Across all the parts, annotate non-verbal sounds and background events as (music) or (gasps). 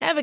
Ever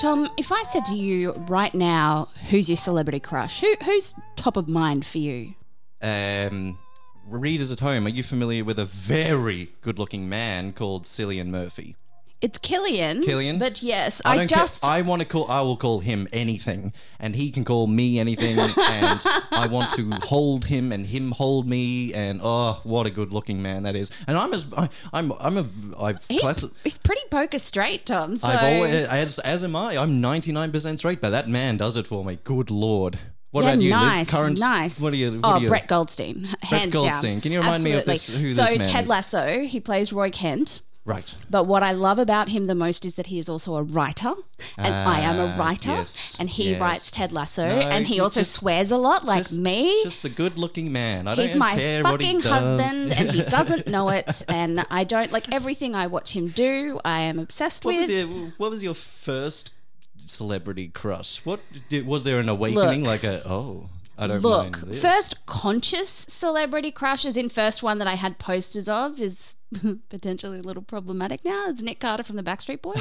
Tom, if I said to you right now, who's your celebrity crush? Who, who's top of mind for you? Um, readers at home, are you familiar with a very good-looking man called Cillian Murphy? It's Killian. Killian? But yes, I I, don't just. care. I want to call. I will call him anything, and he can call me anything, (laughs) and I want to hold him, and him hold me, and oh, what a good-looking man that is. And I'm as I, I'm I'm a I've he's, classi- he's pretty poker straight, Tom. So I've always as as am I. I'm 99% straight, but that man does it for me. Good lord. What yeah, about you? nice, Liz? current nice. What are you? What oh, are you, Brett Goldstein, hands Goldstein. down. Can you remind me of Absolutely. this- who so this man Ted is? Lasso, he plays Roy Kent. Right. But what I love about him the most is that he is also a writer, and I am Ah, a writer, yes, and he yes. writes Ted Lasso, No, and he he's also just- swears a lot, like just, me. Just the good-looking man. I He's don't my care what he fucking does. husband, and (laughs) he doesn't know it. And I don't like everything I watch him do. I am obsessed What with. was your What was your first celebrity crush? What did, was there an awakening? Look. like a oh, I don't Look, mind this. first conscious celebrity crush, as in first one that I had posters of, is (laughs) potentially a little problematic now. It's Nick Carter from the Backstreet (laughs) Boys.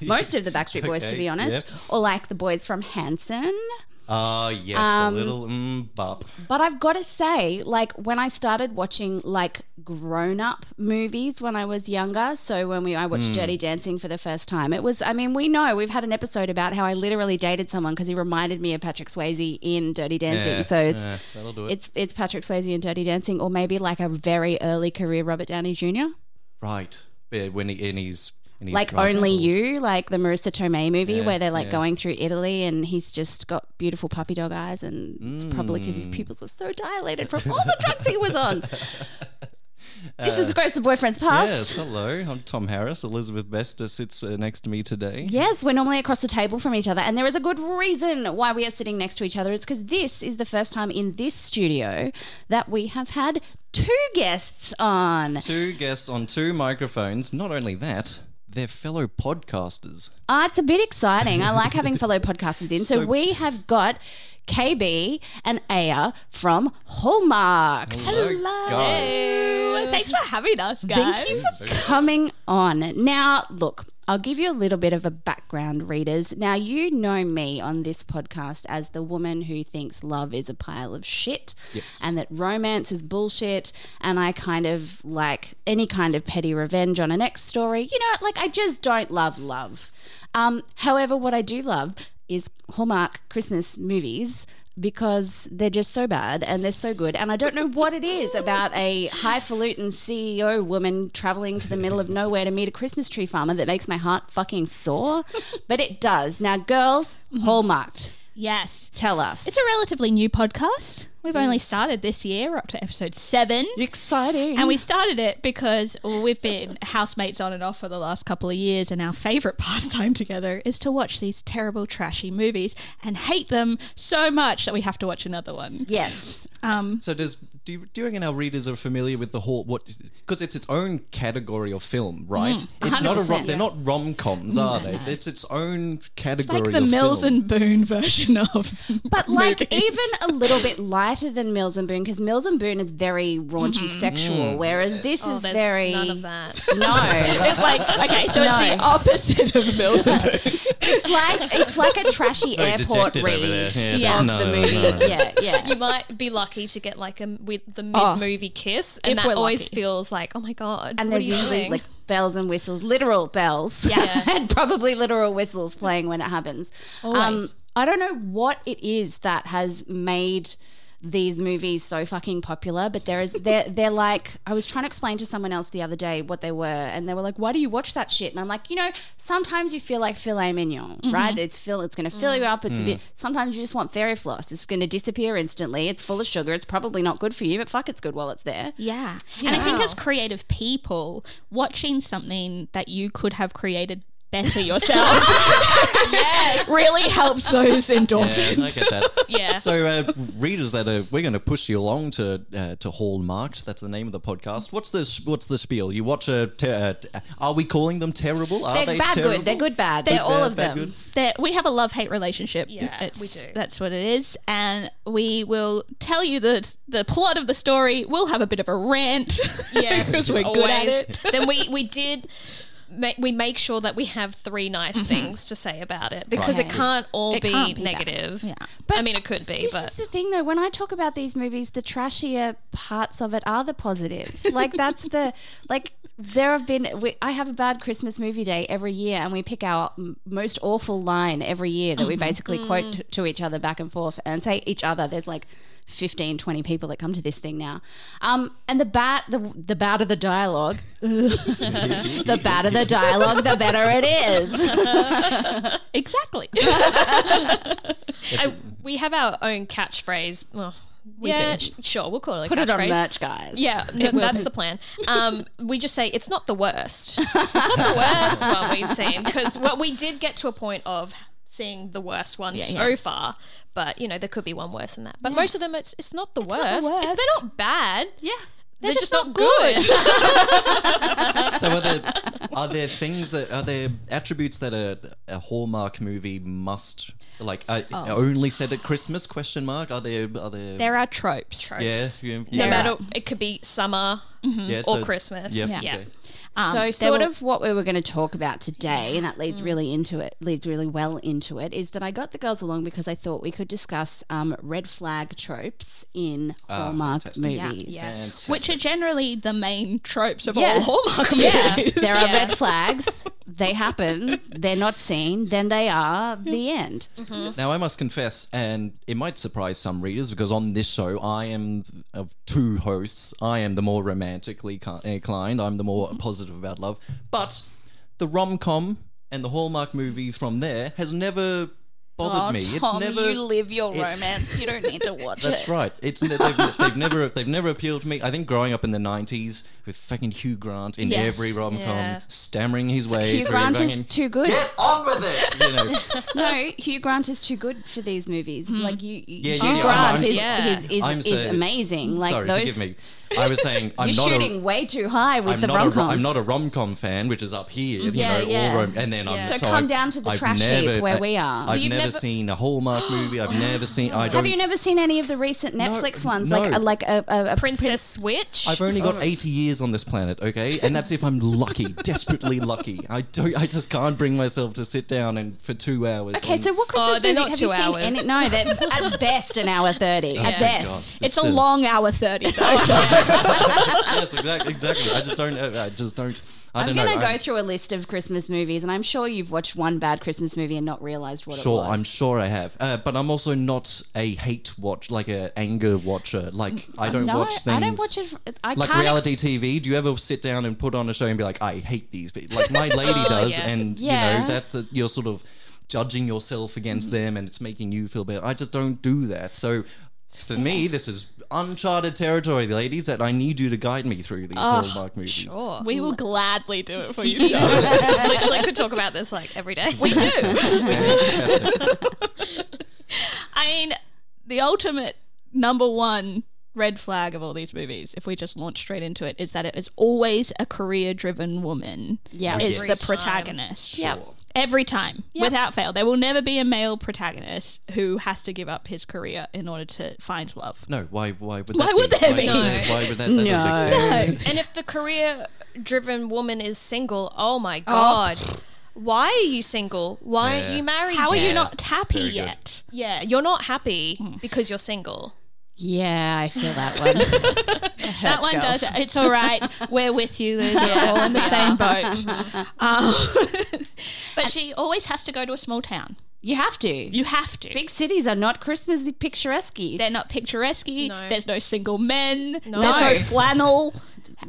Most of the Backstreet Boys, Okay, to be honest, yep. or like the boys from Hanson. Ah yes, Um, a little mm, bop. But I've got to say, like when I started watching like grown-up movies when I was younger, so when we I watched Hmm. Dirty Dancing for the first time, it was I mean, we know we've had an episode about how I literally dated someone because he reminded me of Patrick Swayze in Dirty Dancing. Yeah, so it's yeah, that'll do it. it's it's Patrick Swayze in Dirty Dancing, or maybe like a very early career Robert Downey Jr. right. Yeah, when he and he's and he's Like drunk. Only You, like the Marissa Tomei movie Yeah, where they're like yeah. going through Italy and he's just got beautiful puppy dog eyes and it's probably because his Mm. pupils are so dilated from all the drugs he was (laughs) on. this is the Ghost of Boyfriend's Past. Uh, Yes, hello. I'm Tom Harris. Elizabeth Bester sits uh, next to me today. Yes, we're normally across the table from each other, and there is a good reason why we are sitting next to each other. It's because this is the first time in this studio that we have had two guests on. Two guests on two microphones. Not only that, they're fellow podcasters. Ah, it's a bit exciting. I like having fellow podcasters in. So, So- we have got KB and Aya from Hallmark. guys. Thanks for having us, guys. Thank you for coming on. Now, look, I'll give you a little bit of a background, readers. Now, you know me on this podcast as the woman who thinks love is a pile of shit Yes. and that romance is bullshit. And I kind of like any kind of petty revenge on an ex story. You know, like I just don't love love. Um, however, what I do love is Hallmark Christmas movies. Because they're just so bad and they're so good. And I don't know what it is about a highfalutin CEO woman traveling to the middle of nowhere to meet a Christmas tree farmer that makes my heart fucking sore. But it does. Now, girls, Hallmarked, Yes. tell us. It's a relatively new podcast. We've only started this year. We're up to episode seven. exciting. And we started it because we've been (laughs) housemates on and off for the last couple of years, and our favourite (laughs) pastime together is to watch these terrible, trashy movies and hate them so much that we have to watch another one. Yes. Um, So does do you, do you reckon our readers are familiar with the whole what because it's its own category of film, right? Mm, it's not a rom, 100%. they're not rom coms, are they? Mm. It's its own category. like the of Mills film. and Boone (laughs) version of. But like movies. even a little bit lighter than Mills and Boone because Mills and Boone is very raunchy Mm. sexual, whereas this Mm-hmm. Oh, is there's very none of that. (laughs) no. (laughs) It's like okay, so it's the No. opposite of Mills (laughs) and Boone. it's like it's like a trashy Very airport dejected read over there. Yeah, of that's- the no, movie. no. Yeah, yeah. you might be lucky to get like a with the mid Oh, movie kiss, and if that we're always lucky. feels like, oh my god, and what there's are you usually doing? like bells and whistles, literal bells, Yeah. (laughs) and probably literal whistles playing when it happens. Um, Always. I don't know what it is that has made these movies so fucking popular, but there is they're they're like I was trying to explain to someone else the other day what they were, and they were like, "Why do you watch that shit?" And I'm like, you know, sometimes you feel like filet mignon, Mm-hmm. right? It's fill, it's gonna fill you Mm. up. It's a bit. Sometimes you just want fairy floss. It's gonna disappear instantly. It's full of sugar. It's probably not good for you, but fuck, it's good while it's there. Yeah. And I think as creative people, watching something that you could have created better (laughs) yourself (laughs) really helps those endorphins. Yeah, I get that. (laughs) Yeah. So, uh, readers that are, we're going to push you along to uh, to Hallmarked. That's the name of the podcast. What's this? What's the spiel? You watch a. Te- uh, t- are we calling them terrible? Are They're they bad terrible? good. They're good bad. They're all bad, of bad, them. good? (laughs) that we have a love hate relationship. Yeah, It's- we do. That's what it is, and we will tell you the the plot of the story. We'll have a bit of a rant. (laughs) (laughs) Yes, because we're good at always. it. (laughs) then we we did. ma- We make sure that we have three nice things to say about it because it Right. can't all Mm-hmm. It be can't be bad. negative. Yeah. I mean, it could be, This but is the thing, though. When I talk about these movies, the trashier parts of it are the (laughs) positives. Like that's the like there have been. We, I have a bad Christmas movie day every year, and we pick our m- most awful line every year that we Mm-hmm. basically Mm. quote t- to each other back and forth and say each other. There's like 15, 20 people that come to this thing now, um, and the bad the the badder the dialogue, (laughs) (laughs) the badder the dialogue, the better it (laughs) is. Exactly. I, we have our own catchphrase. Well, we Yeah. do. Sh- Sure, we'll call it a Put catchphrase. it on merch, guys. Yeah, no, that's the plan. (laughs) Um, we just say it's not the worst. It's not the worst one we've seen because what we did get to a point of seeing the worst one so far, but you know there could be one worse than that. But most of them, it's it's not the worst. It- worst. they're not bad. Yeah, they're, just, just not (laughs) good. So are there are there things that are there attributes that a, a Hallmark movie must like uh, Oh. only said at Christmas? Question mark. Are there are there? there are tropes. yeah, yeah, no yeah. matter, it could be summer Yeah, or so- Christmas. Yep, Yeah. okay. Um, so there sort will- of what we were Mm. going to talk about today and that leads really into it leads really well into it is that i got the girls along because i thought we could discuss um, red flag tropes in Ah, hallmark movies Yeah. Yes. which are generally the main tropes of Yeah. all (laughs) Hallmark Yeah, movies. there are Yeah. red flags. They happen. They're not seen. Then they are the (laughs) end. Hmm. Now I must confess, and it might surprise some readers because on this show I am of two hosts. I am the more romantically ca- inclined. I'm the Mm-hmm. more positive about love. But the rom com and the Hallmark movie from there has never bothered me. it's never. Oh, live your it's- romance. You don't need to watch that's right. It's ne- they've, they've never they've never appealed to me. I think growing up in the '90s with fucking Hugh Grant in Yes. every rom com, Yeah. stammering his way Hugh through Grant is fucking- too good. on with it. You know, No, Hugh Grant is too good for these movies. Hmm. Like you, yeah, Hugh yeah, I'm- Grant I'm is, so- is, is, I'm is so- amazing. (laughs) Like sorry, those, forgive me. I was saying I'm you're not shooting a. way too high with I'm the not, a, rom ro- coms. I'm not a rom-com fan, which is up here, you Yeah, know, yeah. all rom- and then I'm Yeah. so, So come I've- down to the I've trash heap never- where I- we are. So I've you've never, never- seen a Hallmark movie. I've never seen. I don't. Have you never seen any of the recent Netflix ones, like no. a, like a, a, a Princess Switch. I've only Oh. got 80 years on this planet, okay, and that's if I'm lucky, desperately lucky. I don't. I just can't bring myself to sit down and for two hours. Okay, on- so what Christmas Oh, they're movie not have two you seen? hours. Any, no, they're (laughs) at best an hour thirty. Oh, at thank best, God. It's a still- (laughs) long hour thirty though. Yes, exactly. Exactly. I just don't. I just don't. I I'm don't gonna know. go I'm- through a list of Christmas movies, and I'm sure you've watched one bad Christmas movie and not realized what it Sure, was. I'm sure I have, uh, but I'm also not a hate watch, like a anger watcher. Like I don't no, watch things. I don't watch it. I Like can't reality TV, do you ever sit down and put on a show and be like, "I hate these people," like my lady does, yeah. and you Yeah. know that's that you're sort of judging yourself against them, and it's making you feel better. I just don't do that. So for me, this is uncharted territory, ladies. That I need you to guide me through these Hallmark movies. Sure. We will gladly do it for you. Charlotte. (laughs) literally could talk about this like every day. We do. Fantastic. I mean, the ultimate number one red flag of all these movies, if we just launch straight into it, is that it is always a career driven woman. Yeah. Is Every the time. protagonist. Yeah. Every time, without fail. There will never be a male protagonist who has to give up his career in order to find love. No, why? Why would? Why that would be? there why, be? would No. Why would that? that no. Make sense? (laughs) And if the career driven woman is single, oh my God. Why are you single? Why aren't Yeah. you married? How are yet? you not happy Very good. yet? Yeah, you're not happy because you're single. Yeah, I feel that (laughs) one. That one does. it. It's all right. We're with you. Liz. We're all (laughs) in the same boat. Um, but she always has to go to a small town. You have to. You have to. Big cities are not Christmas picturesque. They're not picturesque. No. There's no single men. No. There's no No. flannel.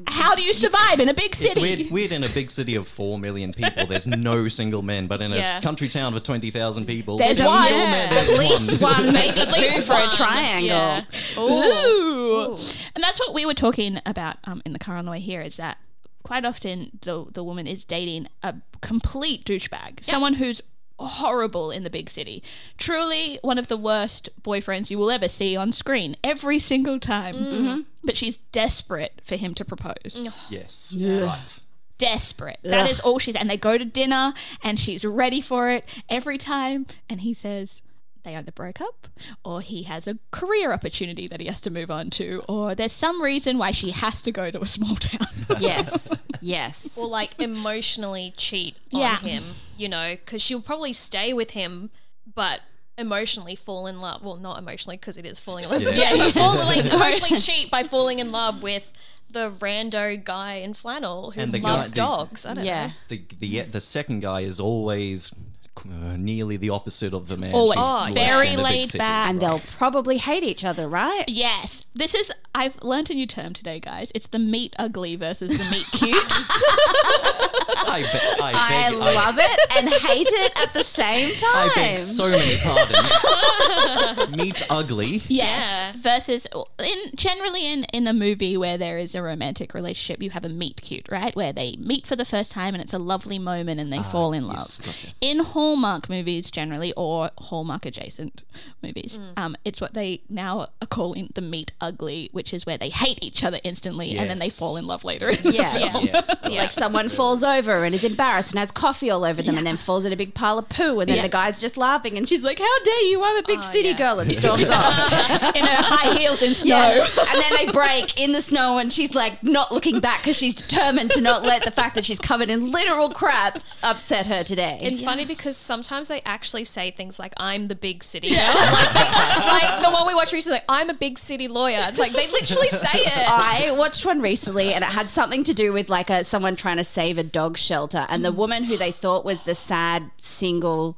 How do you survive in a big It's city? weird, weird in a big city of 4 million people, there's no single men, but in Yeah. a country town of 20,000 people, There's single one. man, there's At least one, maybe At least two for a one. triangle. Yeah. Ooh. Ooh. And that's what we were talking about um, in the car on the way here is that quite often the, the woman is dating a complete douchebag, someone who's horrible in the big city. Truly one of the worst boyfriends you will ever see on screen every single time. But she's desperate for him to propose. (laughs) Yes. Right. Desperate. That is all she's. And they go to dinner and she's ready for it every time. And he says, they either broke up or he has a career opportunity that he has to move on to, or there's some reason why she has to go to a small (laughs) town. (laughs) Yes. Yes. Or like emotionally cheat Yeah. on him, you know, because she'll probably stay with him, but emotionally fall in love. Well, not emotionally because it is falling in love. Yeah. Yeah, but (laughs) fall, like, emotionally cheat by falling in love with the rando guy in flannel who And the guy- loves the- dogs. I don't yeah. know. The, the, the second guy is always uh, nearly the opposite of the man. Always. she's Oh, left very in a big laid city. back. And they'll probably hate each other, right? yes, this is, I've learnt a new term today, guys. It's the meat ugly versus the meat cute. (laughs) I, be- I, I beg, love it and hate it at the (laughs) same I, time. I beg so many pardons. Meat ugly. Yes. Yeah. Versus in generally in in a movie where there is a romantic relationship, you have a meet cute, right? Where they meet for the first time and it's a lovely moment and they fall in love. Ah, gotcha. In Hallmark movies generally or Hallmark adjacent movies, Mm. um, it's what they now are calling the meet ugly, which is where they hate each other instantly and then they Yes. fall in love later. in the Yeah. film. yeah. Yes. Like someone falls over and is embarrassed and has coffee all over them and then falls in a big pile of poo and then the guy's just laughing and she's like, How dare you? I'm a big city yeah. girl (laughs) and storms off. (laughs) in her high heels in snow. Yeah. and then they break in the snow and she's like not looking back because she's determined to not let the fact that she's covered in literal crap upset her today. It's funny because sometimes they actually say things like "I'm the big city." girl." (laughs) like, they- like the one we watched recently, "I'm a big city lawyer." It's like they literally say (laughs) it. I watched one recently and it had something to do with like a someone trying to save a dog shelter and the woman who they thought was the sad single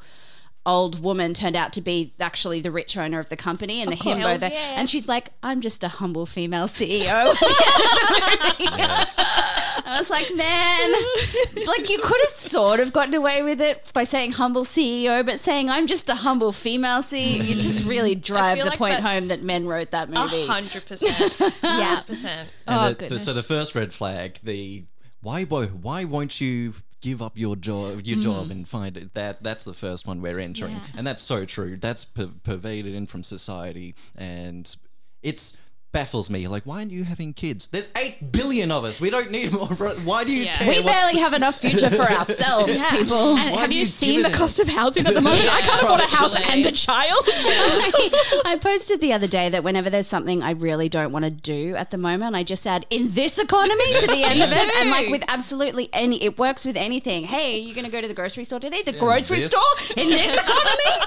old woman turned out to be actually the rich owner of the company and the him course, over yeah. and she's like I'm just a humble female CEO. (laughs) (laughs) I was like, man, like you could have sort of gotten away with it by saying humble CEO, but saying I'm just a humble female CEO, you just really drive feel the like point that's home that men wrote that A movie. hundred percent. Yeah, percent. And Oh, the- the, so the first red flag, the why bo- why won't you give up your job Mm-hmm. your job and find it that that's the first one we're entering and that's so true that's per- pervaded in from society and it's baffles me like why aren't you having kids there's 8 billion of us we don't need more ro- why do you Yeah. care We what's- barely have enough future (laughs) for ourselves, people. And Why have do you, you seen give the it a- cost of housing at the moment? I can't afford a house Probably. and a child. (laughs) I, I posted the other day that whenever there's something I really don't want to do at the moment, I just add in this economy to (laughs) the end of it. And like too. with absolutely any, it works with anything. Hey, you're going to go to the grocery store today? The grocery this. store in this economy?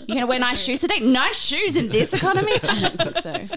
You're going to wear nice shoes today? Nice shoes in this (laughs) economy? I don't think so.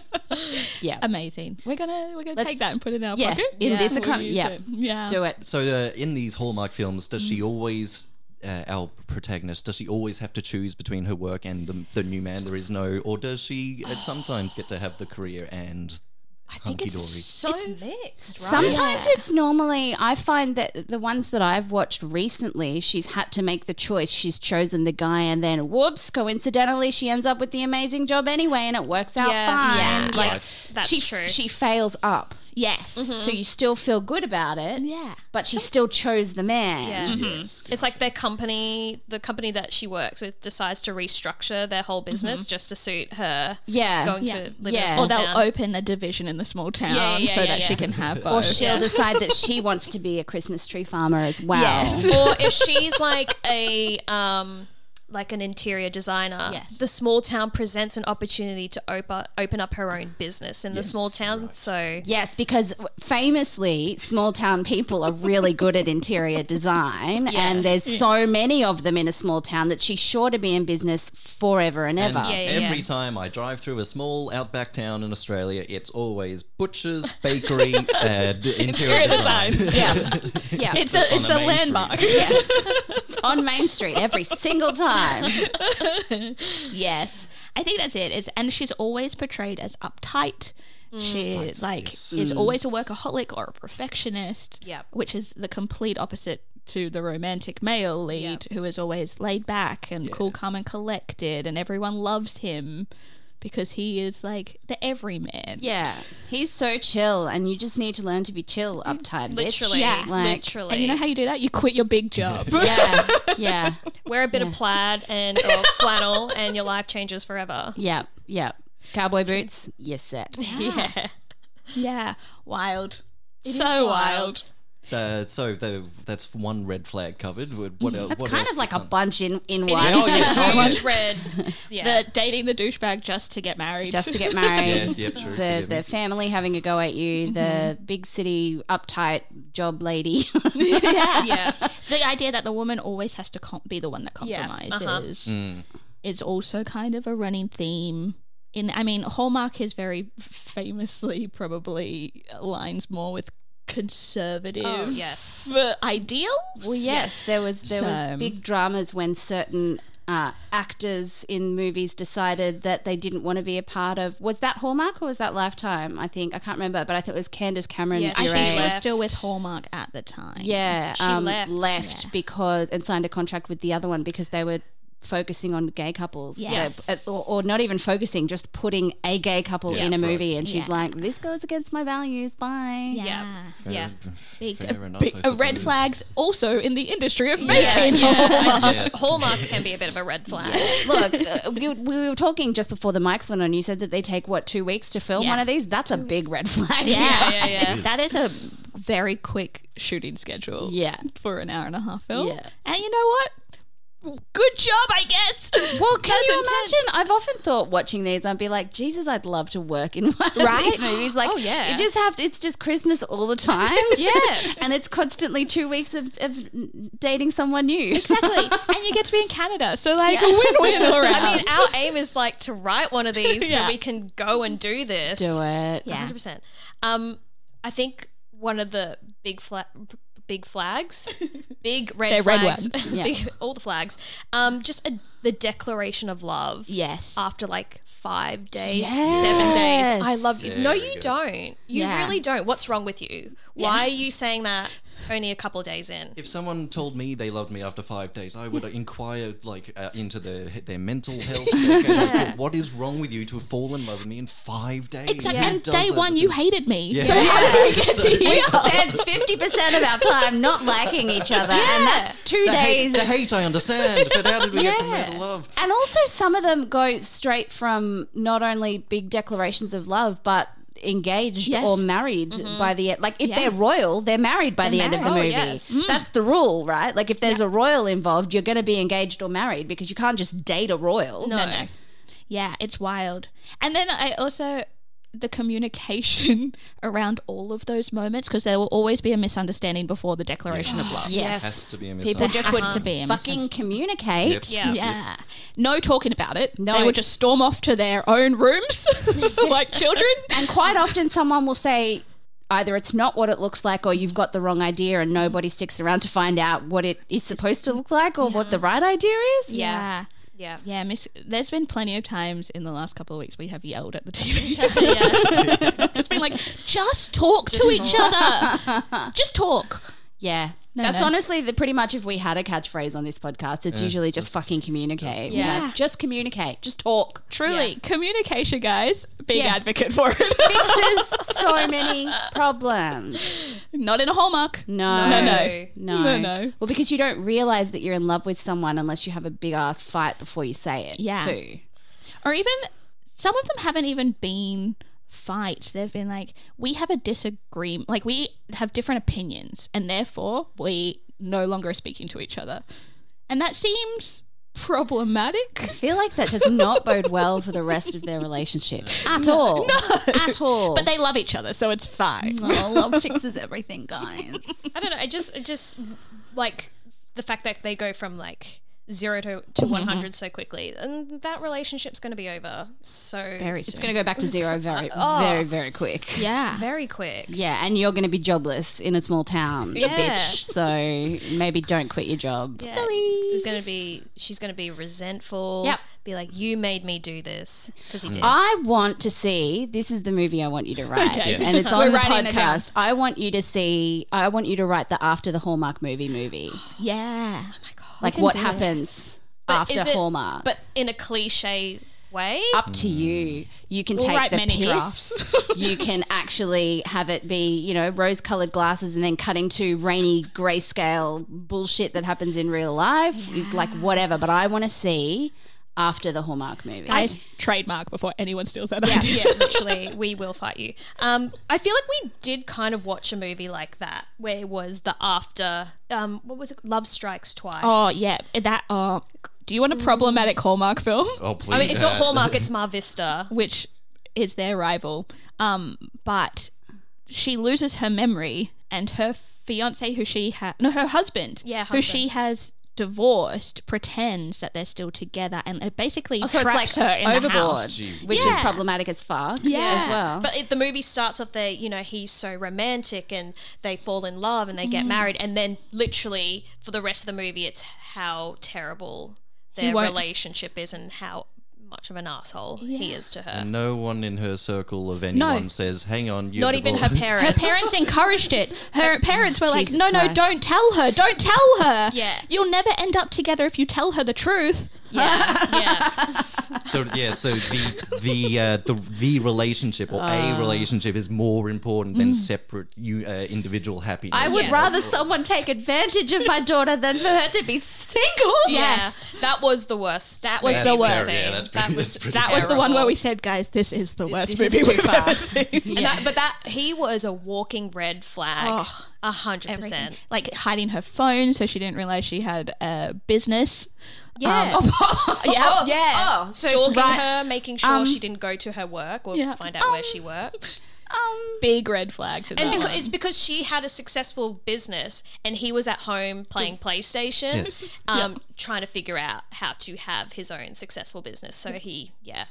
Yeah. Amazing. We're gonna we're gonna Let's- take that and put it in our yeah. pocket. In Yeah. this We'll economy. use Yeah. it. Yeah. Do it. so uh, in these hallmark films does she always uh, our protagonist does she always have to choose between her work and the, the new man there is no or does she uh, sometimes get to have the career and hunky dory So it's mixed, right? Sometimes it's normally, I find that the ones that I've watched recently, she's had to make the choice. She's chosen the guy, and then whoops, coincidentally, she ends up with the amazing job anyway, and it works out fine. yeah, Like, yes, that's she, true. Mm-hmm. She fails up. Yes. So you still feel good about it. Yeah. But she still chose the man. yeah. Yes. Mm-hmm. It's like their company, the company that she works with, decides to restructure their whole business just to suit her Mm-hmm. Yeah. going Yeah. to live in Yeah. a Or small they'll town. open a division in the small town Yeah, yeah, so yeah, that she yeah. can have Or both. (laughs) she'll decide that she wants to be a Christmas tree farmer (laughs) as well. (laughs) Yes. or if she's like a um like an interior designer, Yes. the small town presents an opportunity to open open up her own business in the small town. So Yes, because famously, small town people are really good at interior (laughs) design, and there's Mm. so many of them in a small town that she's sure to be in business forever and And ever. yeah, every yeah. time I drive through a small outback town in Australia, it's always butchers, bakery, and interior Interior design. (laughs) design. yeah, yeah. It's a it's on the a main (laughs) landmark. street. yes. (laughs) on Main Street every single time. (laughs) yes. I think that's it. It's, and she's always portrayed as uptight. Mm. She like yes. is always a workaholic or a perfectionist. Yep. Which is the complete opposite to the romantic male lead who is always laid back and cool, calm and collected and everyone loves him because he is like the everyman. Yeah, he's so chill, and you just need to learn to be chill, uptight, bitch. Mm. Literally. Yeah. like- literally. And you know how you do that? You quit your big job. (laughs) (laughs) Yeah, yeah, Wear a bit of plaid and or flannel and your life changes forever. yeah, yeah. Cowboy boots, yes, (laughs) set. Yeah. yeah. Wild. so wild. (laughs) Uh, so the, that's one red flag covered. What, what else? That's what kind else of like gets a on? bunch in in It one, is Oh, (laughs) yeah. a Oh, yeah. huge red. (laughs) Yeah. The dating the douchebag just to get married. (laughs) just (laughs) to get Yeah, married. yeah, true. The, forgive me. the family having a go at you, the big city uptight job (laughs) lady. yeah. yeah. (laughs) The idea that the woman always has to com- be the one that Yeah, compromises uh-huh. Mm. is also kind of a running theme. In I mean, Hallmark is very famously probably aligns more with conservative Oh, yes. uh, ideals. Well, yes, there was there So- was big dramas when certain uh, actors in movies decided that they didn't want to be a part of. Was that Hallmark or was that Lifetime? I think I can't remember, but I thought it was Candace Cameron. Yeah, I think Bure. she was still with Left. Hallmark at the time. yeah, She um, left. Yeah. because and signed a contract with the other one because they were focusing on gay couples Yes. They're- or, or not even focusing just putting a gay couple Yeah, in a right. movie and she's Yeah. like this goes against my values bye yeah. Yeah. Yeah. Big, Fair a, enough, big- I a red suppose. flags also in the industry of making Yes. Yeah. I just, Yes. Hallmark can be a bit of a red flag. Look, uh, we, we were talking just before the mics went on. You said that they take what two weeks to film Yeah. one of these. That's a big red (laughs) flag. Yeah. yeah, (laughs) yeah. That is a very quick shooting schedule. Yeah. For an hour and a half film. Yeah. And you know what? Good job, I guess. Well, can That's you intense. imagine? I've often thought watching these, I'd be like, Jesus, I'd love to work in (laughs) one Right? of these movies. Like, Oh, yeah. you just have it's just Christmas all the time. Yes. and it's constantly two weeks of, of dating someone new. Exactly. and you get to be in Canada. So, like, win win all around. I mean, our aim is like to write one of these Yeah. so we can go and do (laughs) this. Do it. hundred percent. Um, I think one of the big fla- b- big flags, big red They're red flags, (laughs) Yeah. big, all the flags. Um, just a, the declaration of love. yes. After like five days, Yes. seven days, I love you. There no, we you go. don't. You Yeah. really don't. What's wrong with you? Why are you saying that? Only a couple days in. If someone told me they loved me after five days, (laughs) I would inquire like uh, into their their mental health. their- What is wrong with you to fall in love with me in five days? Exactly. Who And does day that? one, you hated me. Yeah. So, (laughs) how did we get to (laughs) We (laughs) here? spent fifty percent of our time not liking each other, and that's two the hate, days. the hate. I understand, but how did we get from there to (laughs) love? And also, some of them go straight from not only big declarations of love, but engaged Yes. or married by the end. Like, if Yeah. they're royal, they're married by the end of the movie. Mm. married. Oh, yes. That's the rule, right? Like, if there's a royal involved, you're going to be engaged or married because you can't just date a royal. no, Yeah, it's wild. And then I also the communication (laughs) around all of those moments because there will always be a misunderstanding before the declaration of love. Yes. Has to be a People just Has would to (laughs) be a fucking communicate. Yep. Yeah. Yeah. No talking about it. No. They would just storm off to their own rooms (laughs) like children. (laughs) And quite often, someone will say, either it's not what it looks like or you've got the wrong idea and nobody sticks around to find out what it is supposed to look like or what the right idea is. Yeah. yeah, Yeah, miss, there's been plenty of times in the last couple of weeks we have yelled at the TV. (laughs) just been like, just talk to each other. Just talk. Yeah. that's no. honestly the pretty much if we had a catchphrase on this podcast, it's usually just fucking communicate. Yeah. Like, just communicate. Just talk. Truly, communication, guys. Big Yeah. advocate for it. Fixes so many problems. (laughs) Not in a hallmark. No. No, no. No. No, no. Well, because you don't realize that you're in love with someone unless you have a big ass fight before you say it. Yeah. Too. or even some of them haven't even been fights they've been like we have a disagreement like we have different opinions and therefore we no longer are speaking to each other and that seems problematic (laughs) I feel like that does not bode well for the rest of their relationship at all. At all. but they love each other so it's fine oh, love fixes everything, guys. I don't know. I just, I just like the fact that they go from like zero to, Mm-hmm. to 100 so quickly and that relationship's going to be over so Very soon. It's going to go back to zero very, Oh. very, very quick. (laughs) Yeah. very quick Yeah, and you're going to be jobless in a small town, Yeah. bitch. So maybe don't quit your job. Yeah. There's gonna be she's gonna be resentful. Yep. Mm-hmm. Be like, you made me do this because he did. I want to see. This is the movie I want you to write, Okay. Yes. and (laughs) it's We're on the writing it down. podcast. I want you to see. I want you to write the after the Hallmark movie (gasps) movie, Yeah. like what happens But after is it- Hallmark. but in a cliche way. up to you. You can We'll take write the many piss. drafts. (laughs) you can actually have it be, you know, rose-colored glasses, and then cutting to rainy grayscale bullshit that happens in real life, like whatever. But I want to see after the Hallmark movie. I trademark before anyone steals that (laughs) yeah, idea. yeah, literally, we will fight you. Um, I feel like we did kind of watch a movie like that, where it was the after, um, what was it? Love Strikes Twice. (laughs) Oh yeah, that. Oh, do you want a problematic Hallmark film, Oh please! I mean, it's not uh, Hallmark, it's Mar Vista. which is their rival? Um, but she loses her memory, and her fiance, who she ha no, her husband, Yeah, who she has divorced, pretends that they're still together, and it basically Oh, so it's like traps her in the overboard, house. which Yeah. is problematic as fuck. Yeah. as well. But it, the movie starts off there, you know, he's so romantic and they fall in love and they Mm. get married. And then, literally, for the rest of the movie, it's how terrible their won't- relationship is and how much of an asshole he is to her. no one in her circle of anyone says, "Hang on, you." Not even her parents. Her parents encouraged it. Her parents were like, Jesus "No, no, Christ. don't tell her. Don't tell her. Yeah. You'll never end up together if you tell her the truth." (laughs) Yeah, (laughs) yeah. the, yeah, so the the uh, the the relationship or Uh. a relationship is more important than separate you uh, individual happiness. Mm. I would Yes. rather someone take advantage of my daughter than for her to be single. Yes. Yeah. That was the worst. That was That's the worst. terrible. Yeah, that's pretty- that (laughs) was, that's pretty That was the one terrible. where we said, "Guys, this is the worst This is movie too we've far. ever seen." And that- but that he was a walking red flag. Oh, A hundred percent. Like hiding her phone so she didn't realize she had a business. (laughs) Yeah. Um, yeah. Oh, yeah. Oh, stalking right. her, making sure Um, she didn't go to her work or Yeah. Um, find out where she worked. Big red flags. In And that because, one. it's because she had a successful business and he was at home playing PlayStation, Yes. um, trying to figure out how to have his own successful business. So he, yeah.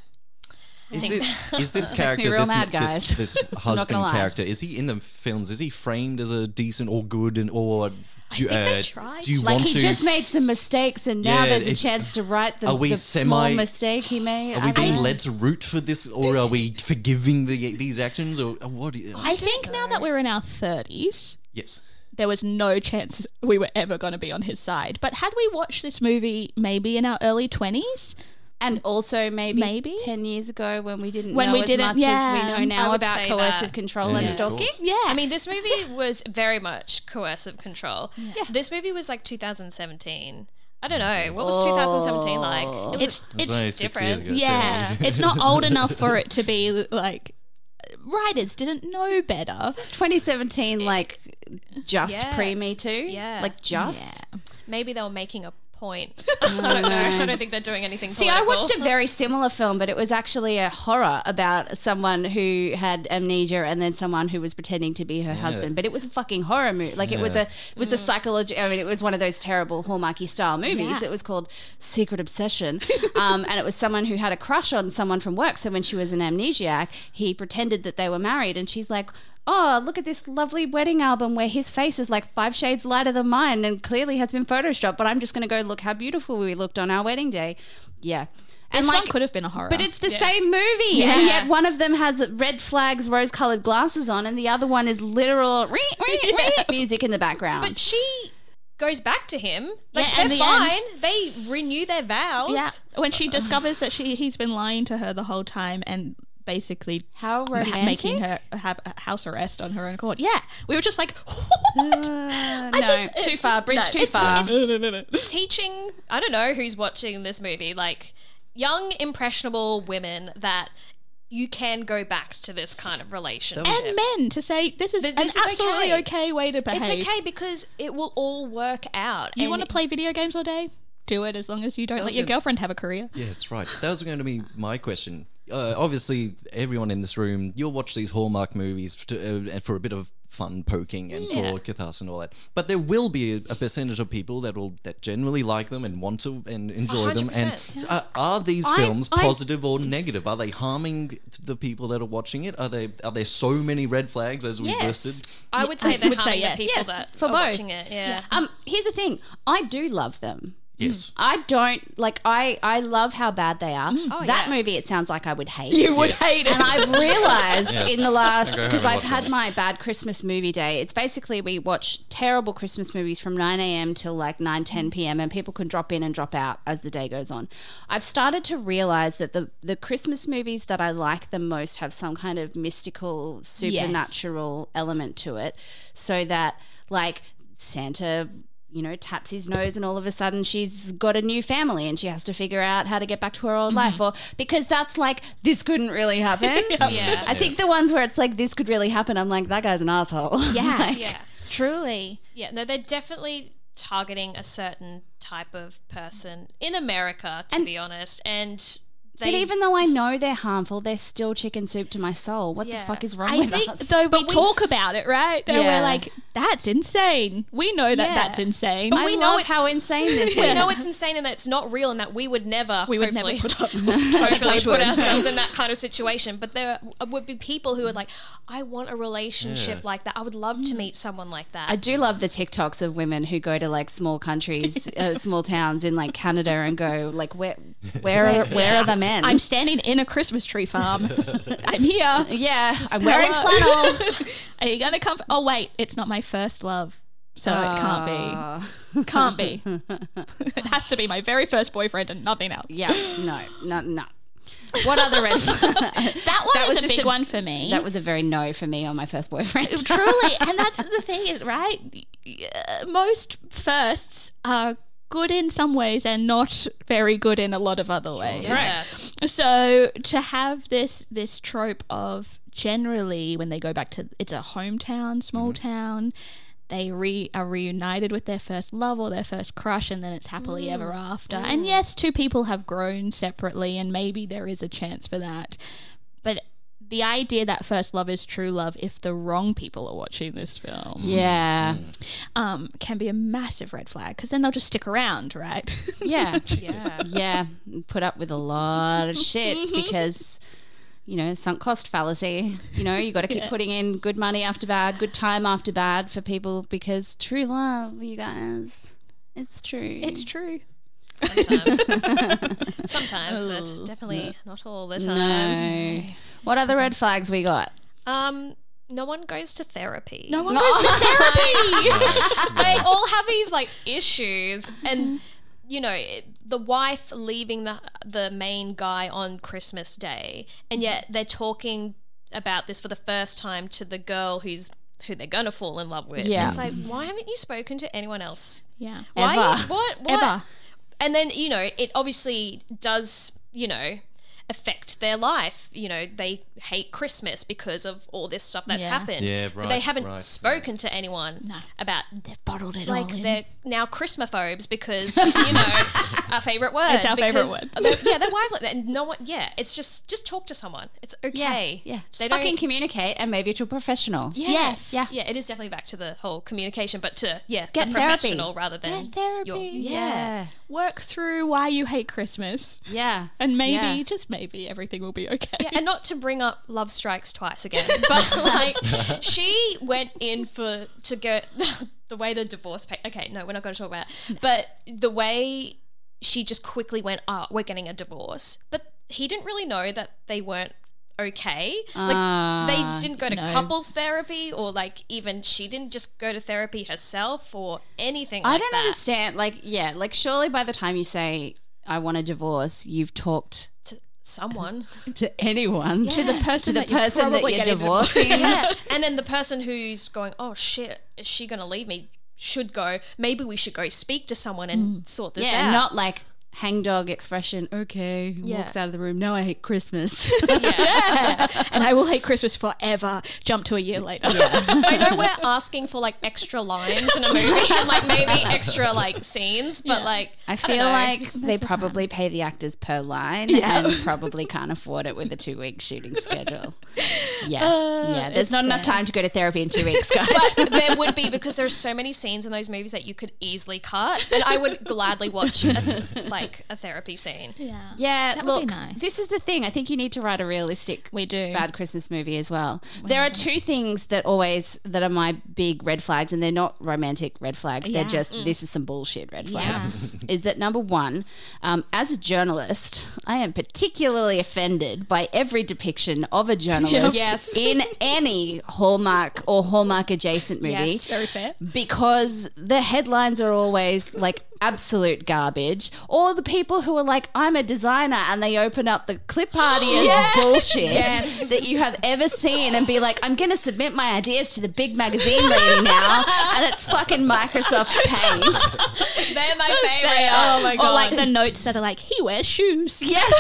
Is, (laughs) it, is this character real this, mad, this- guys. (laughs) this gonna husband lie. character is he in the films? Is he framed as a decent or good and or do, you- they uh, tried do you Like want he to? just made some mistakes, and now Yeah, there's a it's- chance to right the, Are we the small semi- mistake he made. are we I don't being know. led to root for this, or are we forgiving the, these actions, or uh, or what? is- I think now that we're in our thirties, yes, there was no chance we were ever going to be on his side. But had we watched this movie maybe in our early twenties, And also maybe, Maybe? ten years ago when we didn't When know we as didn't- much as yeah. we know now would about say coercive that. control Yeah, and of stalking. course. yeah, I mean, this movie was very much coercive control. This movie was like 2017. I don't know. What was 2017 like? It was, it's it's only six years different. ago, (laughs) (laughs) yeah, so- it's not old enough for it to be like writers didn't know better. 2017, like just Yeah. pre Me Too. Yeah. like just. Maybe they were making a (laughs) point. I don't know. I don't think they're doing anything. See, I political. watched a very similar film, but it was actually a horror about someone who had amnesia and then someone who was pretending to be her husband. But it was a fucking horror movie. Like it was a it was a psychology. I mean, it was one of those terrible Hallmarky style movies. It was called Secret Obsession, (laughs) um, and it was someone who had a crush on someone from work. So when she was an amnesiac, he pretended that they were married, and she's like. Oh, look at this lovely wedding album where his face is like five shades lighter than mine and clearly has been photoshopped, but I'm just going to go look how beautiful we looked on our wedding day. Yeah. And And this like, one could have been a horror. but it's the same movie, and Yeah. yet one of them has red flags, rose-colored glasses on, and the other one is literal (laughs) ree, ree, ree music in the background. But she goes back to him. Like Yeah, in they're the fine. end- They renew their vows. Yeah, when she discovers that she he's been lying to her the whole time and basically How ma- romantic! making her have a house arrest on her own court. Yeah, we were just like, what? no, it's too far, just- bridge no, too it's- far. it's- no, no, no. Teaching. I don't know who's watching this movie. Like young impressionable women that you can go back to this kind of relationship. And men to say this is Th- an this is absolutely okay. okay. way to behave. it's okay because it will all work out. You And want to play video games all day? Do it as long as you don't let your girlfriend have a career. Yeah, that's right. That was going to be my question. Uh, obviously, everyone in this room, you'll watch these Hallmark movies to, uh, for a bit of fun poking and for catharsis and all that. But there will be a, a percentage of people that will that generally like them and want to and enjoy them. And 100%, uh, are these I- films I- positive or negative? Are they harming the people that are watching it? Are they are there so many red flags as we Yes. listed? I would say they're would say harming yes. the people Yes, that for are both. watching it. Yeah. Um, here's the thing. I do love them. Yes. I don't like. I I love how bad they are. that yeah. movie, it sounds like I would hate. You would Yes. hate it. and I've realized Yes. in the last Okay, I because haven't I've watched had it. my bad Christmas movie day. It's basically we watch terrible Christmas movies from 9 a.m. till like 9 10 p.m. and people can drop in and drop out as the day goes on. I've started to realize that the the Christmas movies that I like the most have some kind of mystical supernatural element to it, so that like Santa you know, taps his nose, and all of a sudden she's got a new family and she has to figure out how to get back to her old life. Mm-hmm. Or because that's like, this couldn't really happen. (laughs) Yeah. I think the ones where it's like, this could really happen, I'm like, that guy's an asshole. (laughs) Yeah. Like, Yeah. Truly. Yeah. No, they're definitely targeting a certain type of person in America, to be honest. And they But even though I know they're harmful, they're still chicken soup to my soul. What Yeah. the fuck is wrong I with think us? though we, talk about it, right? Then Yeah. we're like, that's insane. We know that Yeah. that's insane. I we love know it's- how insane this (laughs) (laughs) we is. know it's insane and that it's not real and that we would never we would never hopefully- put (laughs) up. Hopefully put ourselves in that kind of situation, but there would be people who are like, "I want a relationship Yeah. like that. I would love to meet someone like that." I do love the TikToks of women who go to like small (laughs) countries, uh, small towns in like Canada, and go like, where, where, are, where are the men? I'm standing in a Christmas (laughs) tree farm. Mm. (laughs) I'm here. yeah, I'm wearing Hello. (laughs) flannel. (laughs) Are you gonna come? Oh wait, it's not my first love, so it can't Uh, be. (laughs) Can't be. it has to be my very first boyfriend and nothing else. Yeah, no, no, no. What other red flag? That one That was was a just big a- one for me. (laughs) that was a very no for me on my first boyfriend. (laughs) Truly, and that's the thing, is right? Uh, Most firsts are good in some ways and not very good in a lot of other ways. Yeah. (laughs) So to have this this trope of generally when they go back to it's a hometown, small town, they re are reunited with their first love or their first crush, and then it's happily ever after. And yes, two people have grown separately, and maybe there is a chance for that, but. The idea that first love is true love, if the wrong people are watching this (laughs) film, Yeah, um, can be a massive red flag because then they'll just stick around, (laughs) right? yeah, yeah, yeah. Put up with a lot of shit because. You know, sunk cost fallacy. You know, you got to keep putting in good money after bad, good time after bad for people because true love, you guys, it's true. it's true. Sometimes, (laughs) sometimes, but definitely not all the time. No. What other red flags we got? Um, no one goes to therapy. No one goes to therapy. they all have these like issues and you know it- the wife leaving the the main guy on christmas day and yet they're talking about this for the first time to the girl who's who they're gonna fall in love with Yeah. it's like why haven't you spoken to anyone else yeah. why Ever. what what Ever. and then you know it obviously does you know affect their life you know they hate christmas because of all this stuff that's Yeah. happened Yeah, but they right, haven't right, spoken to anyone about They've bottled it like all in. they're now Christmaphobes because you know our favorite word. It's our favourite because- word. they- yeah, they're wild like that. And no one. Yeah, it's just just talk to someone. It's okay. Yeah, just they fucking don't. Oh, communicate and maybe to a professional. yeah, Yes. yeah, yeah. It is definitely back to the whole communication, but to yeah, Get the therapy. professional rather than therapy. your- yeah. Work through why you hate Christmas, Yeah. and maybe, Yeah. just maybe, everything will be okay. Yeah, and not to bring up love strikes twice again, (laughs) but like she went in for to get (laughs) the way the divorce. Pa- okay, no, we're not going to talk about. It, but the way she just quickly went, "Oh, we're getting a divorce," but he didn't really know that they weren't okay. Like Ah, they didn't go to no. couples therapy, or like even she didn't just go to therapy herself or anything. I like don't that understand. Like, yeah, like surely by the time you say I want a divorce, you've talked to someone. to anyone. To the person the that you're person that probably you're getting divorcing. (laughs) yeah. And then the person who's going, oh shit, is she going to leave me? Should go. Maybe we should go speak to someone and sort this Yeah, out. not like hangdog expression. Okay, Yeah. walks out of the room. No, I hate (laughs) Christmas. (laughs) (laughs) and I will hate Christmas forever. Jump to a year later. (laughs) I know we're asking for like extra lines in a movie and like maybe extra like scenes, but like I don't feel know. like they probably pay the actors per line and (laughs) probably can't afford it with a two week shooting (laughs) schedule. Yeah. yeah. There's not enough time to go to therapy in two weeks, guys. But (laughs) there would be because there's so many scenes in those movies that you could easily cut, and I would gladly watch a, like a therapy scene. yeah. Yeah, That would look, be nice. this is the thing. I think you need to write a realistic We do. bad Christmas movie as well. There are two things that always that are my big red flags, and they're not romantic red flags. They're Yeah. Mm. just this is some bullshit red flags. is that number one? Um, as a journalist, I am particularly offended by every depiction of a (laughs) journalist Yes. in any Hallmark or Hallmark adjacent movie Yes. Very fair. Oh because the headlines are always like absolute garbage or the people who are like i'm a designer and they open up the clip party as bullshit Yes. that you have ever seen and be like i'm gonna submit my ideas to the big magazine lady now and it's fucking microsoft paint They're my favorite. oh my god. Or like the notes that are like, he wears shoes. (laughs) yes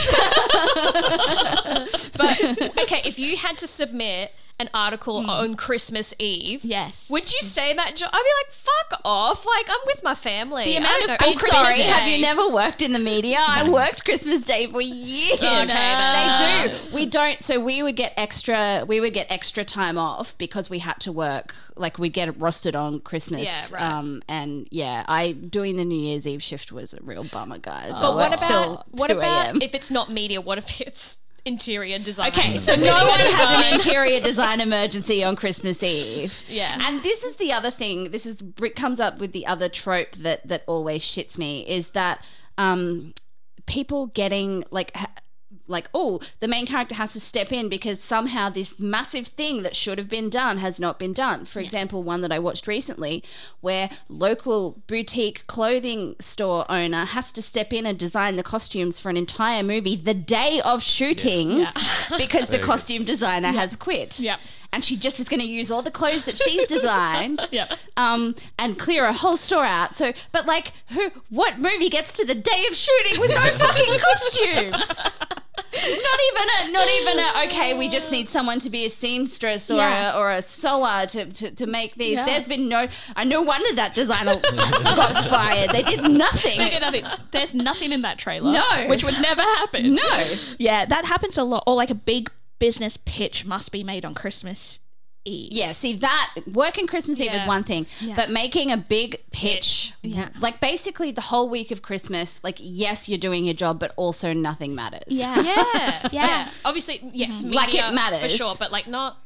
But okay, if you had to submit an article on Christmas Eve, Yes. would you say that? Jo- I'd be like, fuck off! Like I'm with my family. The amount I of don't know, on bullshit- Christmas sorry Day. have you never worked in the media i worked christmas day for years Oh, Okay, then. They do. We don't. So we would get extra. We would get extra time off because we had to work. Like we get rostered on Christmas. Yeah, right. Um, and yeah, I doing the New Year's Eve shift was a real bummer, guys. I But what worked about till what 2 about a.m.. (laughs) if it's not media? What if (laughs) it's interior design? Okay, so no one has an interior (laughs) design emergency on Christmas Eve. Yeah. (laughs) And this is the other thing. This is it comes up with the other trope that that always shits me is that um people getting like ha- like oh the main character has to step in because somehow this massive thing that should have been done has not been done for example one that i watched recently where local boutique clothing store owner has to step in and design the costumes for an entire movie the day of shooting because the good. costume designer has quit Yep. and she just is going to use all the clothes that (laughs) she's designed Yep. um, and clear a whole store out. So, but like, who? What movie gets to the day of shooting with no fucking costumes? Not even a, not even a. Okay, we just need someone to be a seamstress or Yeah. a, or a sewer to, to, to make these. Yeah. There's been no. I no wonder that designer (laughs) got fired. They did nothing. They did (laughs) nothing. There's nothing in that trailer. No. Which would never happen. No. Yeah, that happens a lot. Or like a big business pitch must be made on Christmas Eve. Yeah, see that working Christmas Eve is Yeah. one thing, Yeah. but making a big pitch, Yeah. like basically the whole week of Christmas, like yes, you're doing your job, but also nothing matters. (laughs) Yeah. (laughs) Yeah. Yeah. Obviously, yes, media Mm-hmm. Like, it for matters. sure, but like not.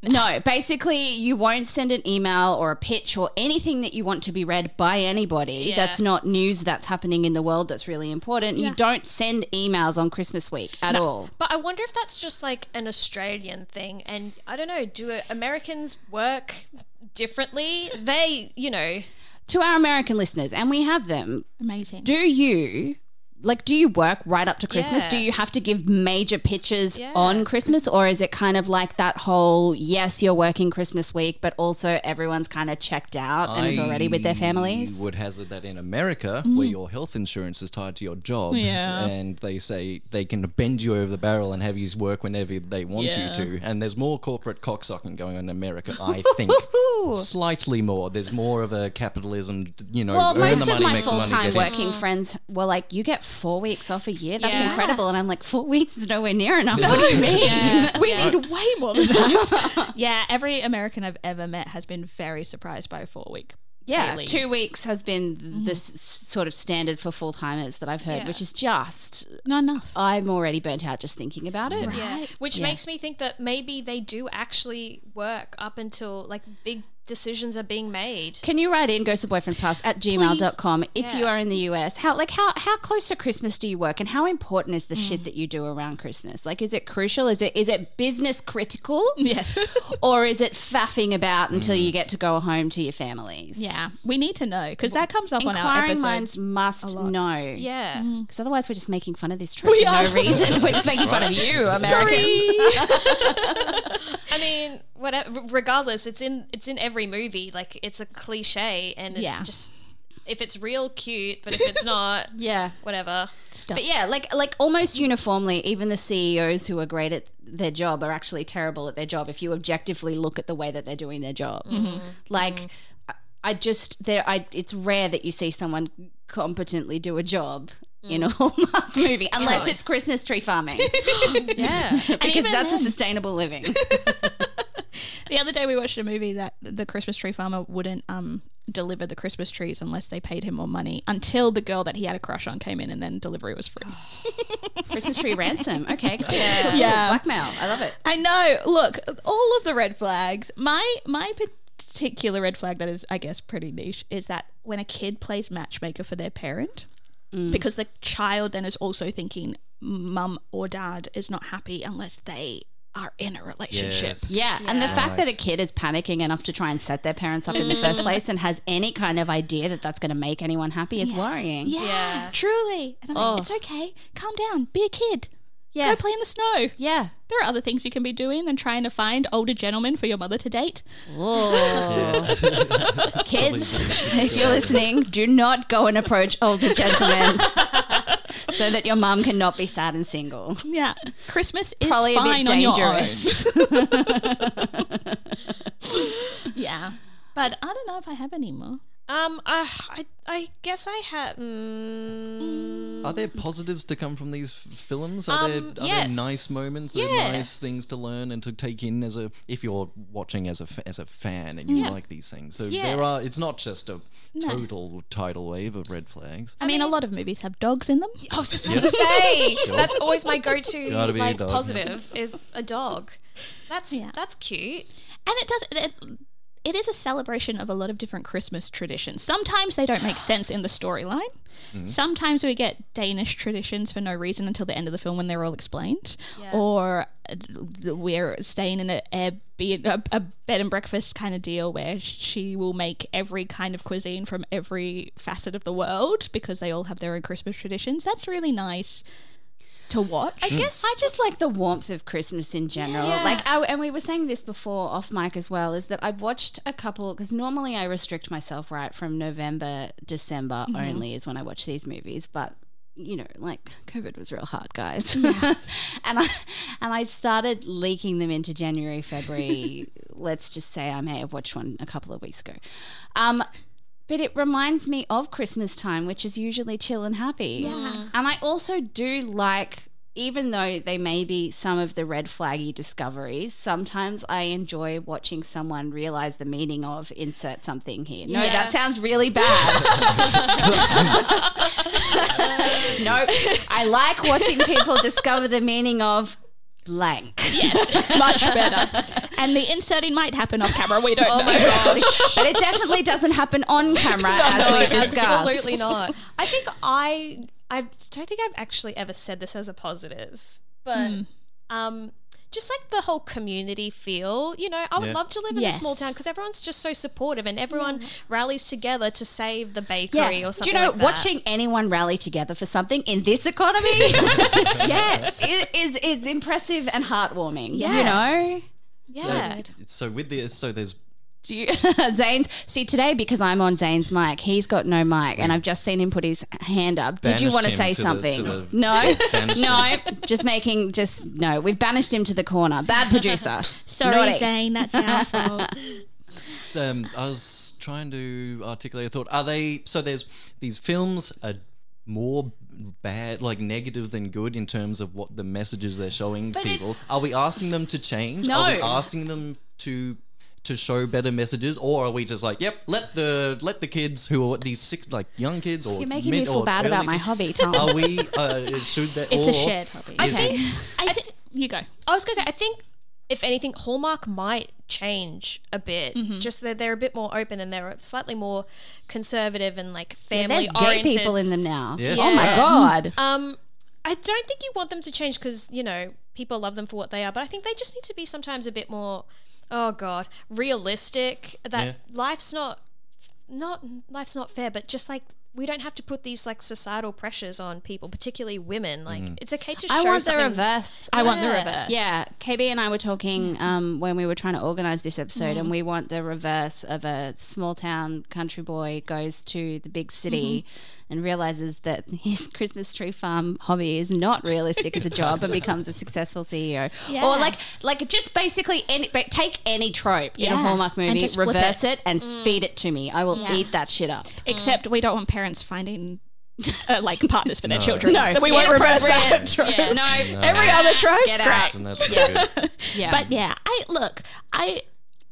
No, basically you won't send an email or a pitch or anything that you want to be read by anybody. Yeah. That's not news that's happening in the world that's really important. You don't send emails on Christmas week at all. But I wonder if that's just like an Australian thing, and I don't know. Do Americans work differently? They, you know, To our American listeners, and we have them, Amazing. do you like do you work right up to christmas Yeah. do you have to give major pitches Yeah. on christmas or is it kind of like that whole yes you're working christmas week but also everyone's kind of checked out and is already with their families Mm. I would hazard that in America, where your health insurance is tied to your job, Yeah. and they say they can bend you over the barrel and have you work whenever they want Yeah. you to. And there's more corporate cocksucking going on in America, (laughs) I think. Slightly more. There's more of a capitalism, you know, well, earn most the of money, my make the money, full time get in. working friends were like, You get four weeks off a year? That's Yeah. incredible. And I'm like, Four weeks is nowhere near enough. What (laughs) do you mean? (laughs) We need way more than that. (laughs) yeah, every American I've ever met has been very surprised by a four week. Yeah, leave. two weeks has Mm-hmm. been the s sort of standard for full timers that I've heard, which is just Not enough. I'm already burnt out just thinking about it. yeah, which makes me think that maybe they do actually work up until like big decisions are being made. Can you write in ghostofboyfriendspast at gmail.com if you are in the US? How like how how close to Christmas do you work and how important is the Mm. shit that you do around Christmas? Like is it crucial? Is it is it business (laughs) critical? (laughs) Yes. (laughs) or is it faffing about until you get to go home to your families? Mm. yeah, we need to know because that comes up on our Inquiring episode. minds must know. Yeah. Because otherwise we're just making fun of this trip for no reason. We're just making fun of (laughs) you, Americans. (laughs) I mean, whatever. Regardless, it's in it's in every movie. Like it's a cliche, and Yeah. it just if it's real, cute. But if it's (laughs) not, Yeah. whatever. Stuff. But yeah, like like almost uniformly, even the CEOs who are great at their job are actually terrible at their job if you objectively look at the way that they're doing their jobs. Like I- I just there I it's rare that you see someone competently do a job in a Hallmark (laughs) movie unless it's Christmas tree (laughs) farming yeah. because that's a sustainable living. the other day we watched a movie that the Christmas tree farmer wouldn't um deliver the Christmas trees unless they paid him more money until the girl that he had a crush on came in and then delivery was free. (laughs) Christmas tree ransom. Okay, cool. Yeah. Yeah. Blackmail. I love it. I know. Look, all of the red flags. My my particular red flag that is, I guess, pretty niche is that when a kid plays matchmaker for their parent, Mm. because the child then is also thinking mum or dad is not happy unless they are in a relationship. Yes. Yeah, and the fact that Nice. a kid is panicking enough to try and set their parents up in the Mm. first place and has any kind of idea that that's going to make anyone happy is worrying. Yeah, Yeah. truly. And I'm Oh. like, it's okay. Calm down. Be a kid. yeah, Go play in the snow. yeah. There are other things you can be doing than trying to find older gentlemen for your mother to date. Kids, (laughs) if you're listening, do not go and approach older gentlemen so that your mum cannot be sad and single. Yeah, Christmas is Probably a bit fine on your own. dangerous. (laughs) Yeah. But I don't know if I have any more. Um, uh, I I guess I had. Mm, Are there positives to come from these f- films? Are, Um, there, are yes. there nice moments? Are Yeah. there nice things to learn and to take in as a if you're watching as a f- as a fan and you like these things? So Yeah. there are. It's not just a total tidal wave of red (laughs) flags. I, mean, a lot of movies have dogs in them. I was just about to (laughs) say that's always my go-to Gotta be a like dog. positive is a dog. That's Yeah. that's cute. And it does. It, it is a celebration of a lot of different Christmas traditions. Sometimes they don't make sense in the storyline. Sometimes we get Danish traditions for no reason until the end of the film when they're all explained. Or uh, we're staying in a, Airbnb, a, a bed and breakfast kind of deal where she will make every kind of cuisine from every facet of the world because they all have their own Christmas traditions. That's really nice to watch. Hmm. I guess (laughs) I just like the warmth of Christmas in general. Like, I, and we were saying this before off mic as well, is that I've watched a couple because normally I restrict myself right from November, December only is when I watch these movies, but. You know, like COVID was real hard, guys, (laughs) and I and I started leaking them into January, February. let's just say I may have watched one a couple of weeks ago, um, but it reminds me of Christmas time, which is usually chill and happy. Yeah. And I also do like, even though they may be some of the red flaggy discoveries, sometimes I enjoy watching someone realize the meaning of insert something here. No, that Yes. sounds really bad. (laughs) no, I like watching people discover the meaning of blank. much better. (laughs) Oh And the inserting might happen off camera. We don't Oh know. (laughs) but it definitely doesn't happen on camera as we no, discussed. absolutely not. I think I I don't think I've actually ever said this as a positive, but um, just like the whole community feel. You know, I would Yeah. love to live in Yes. a small town because everyone's just so supportive and everyone rallies together to save the Yeah. bakery or something. Do you know like that. watching anyone rally together for something in this (laughs) economy? yes, (laughs) it is is impressive and heartwarming. Yes. You know. Yeah. (laughs) So with this, so (laughs) there's Do you- (laughs) Zane's see today because I'm on Zane's mic. He's got no mic, and I've just seen him put his hand up. Did you Banished want to him say to the- something? to the- (laughs) no, Banished no. Just making, just no. We've banished him to the corner. Bad (laughs) producer. Sorry, Naughty. Zane, that's (laughs) our fault. um, I was trying to articulate a thought. Are they so? There's these films are more bad, like negative than good in terms of what the messages they're showing people. Are we asking them to change? Are we No. asking them to? To show better messages, or are we just like, yep, let the let the kids who are these six like young kids or You're making mid me feel or bad about early my teen- hobby, Tom. Are we? Uh, should that? It's or, a shared hobby. I Is it- think I thi- you go. I was going to say, I think if anything, Hallmark might change a bit. Mm-hmm. Just that they're a bit more open and they're slightly more conservative and like There's family gay oriented. people in them now. Yes. Oh my Yeah. god. Um, I don't think you want them to change because you know people love them for what they are, but I think they just need to be sometimes a bit more. Oh God, realistic. That Yeah. life's not not life's not fair, but just like we don't have to put these like societal pressures on people, particularly women. Like it's okay to show I want the something- reverse. I want the reverse. Yeah, KB and I were talking um, when we were trying to organize this episode, and we want the reverse of a small town country boy goes to the big city and realizes that his (laughs) Christmas tree farm hobby is not realistic as a job and becomes a successful CEO. Or like, like just basically any, but take any trope in a Yeah. Hallmark And movie, just flip reverse it, and feed it to me. I will Yeah. eat that shit up. Except we don't want parents finding uh, like partners for their children. No. so we won't reverse that Inappropriate. (laughs) trope. Yeah. No. Every other trope, Get great. out. (laughs) and that's not good. Yeah. But yeah, I look, I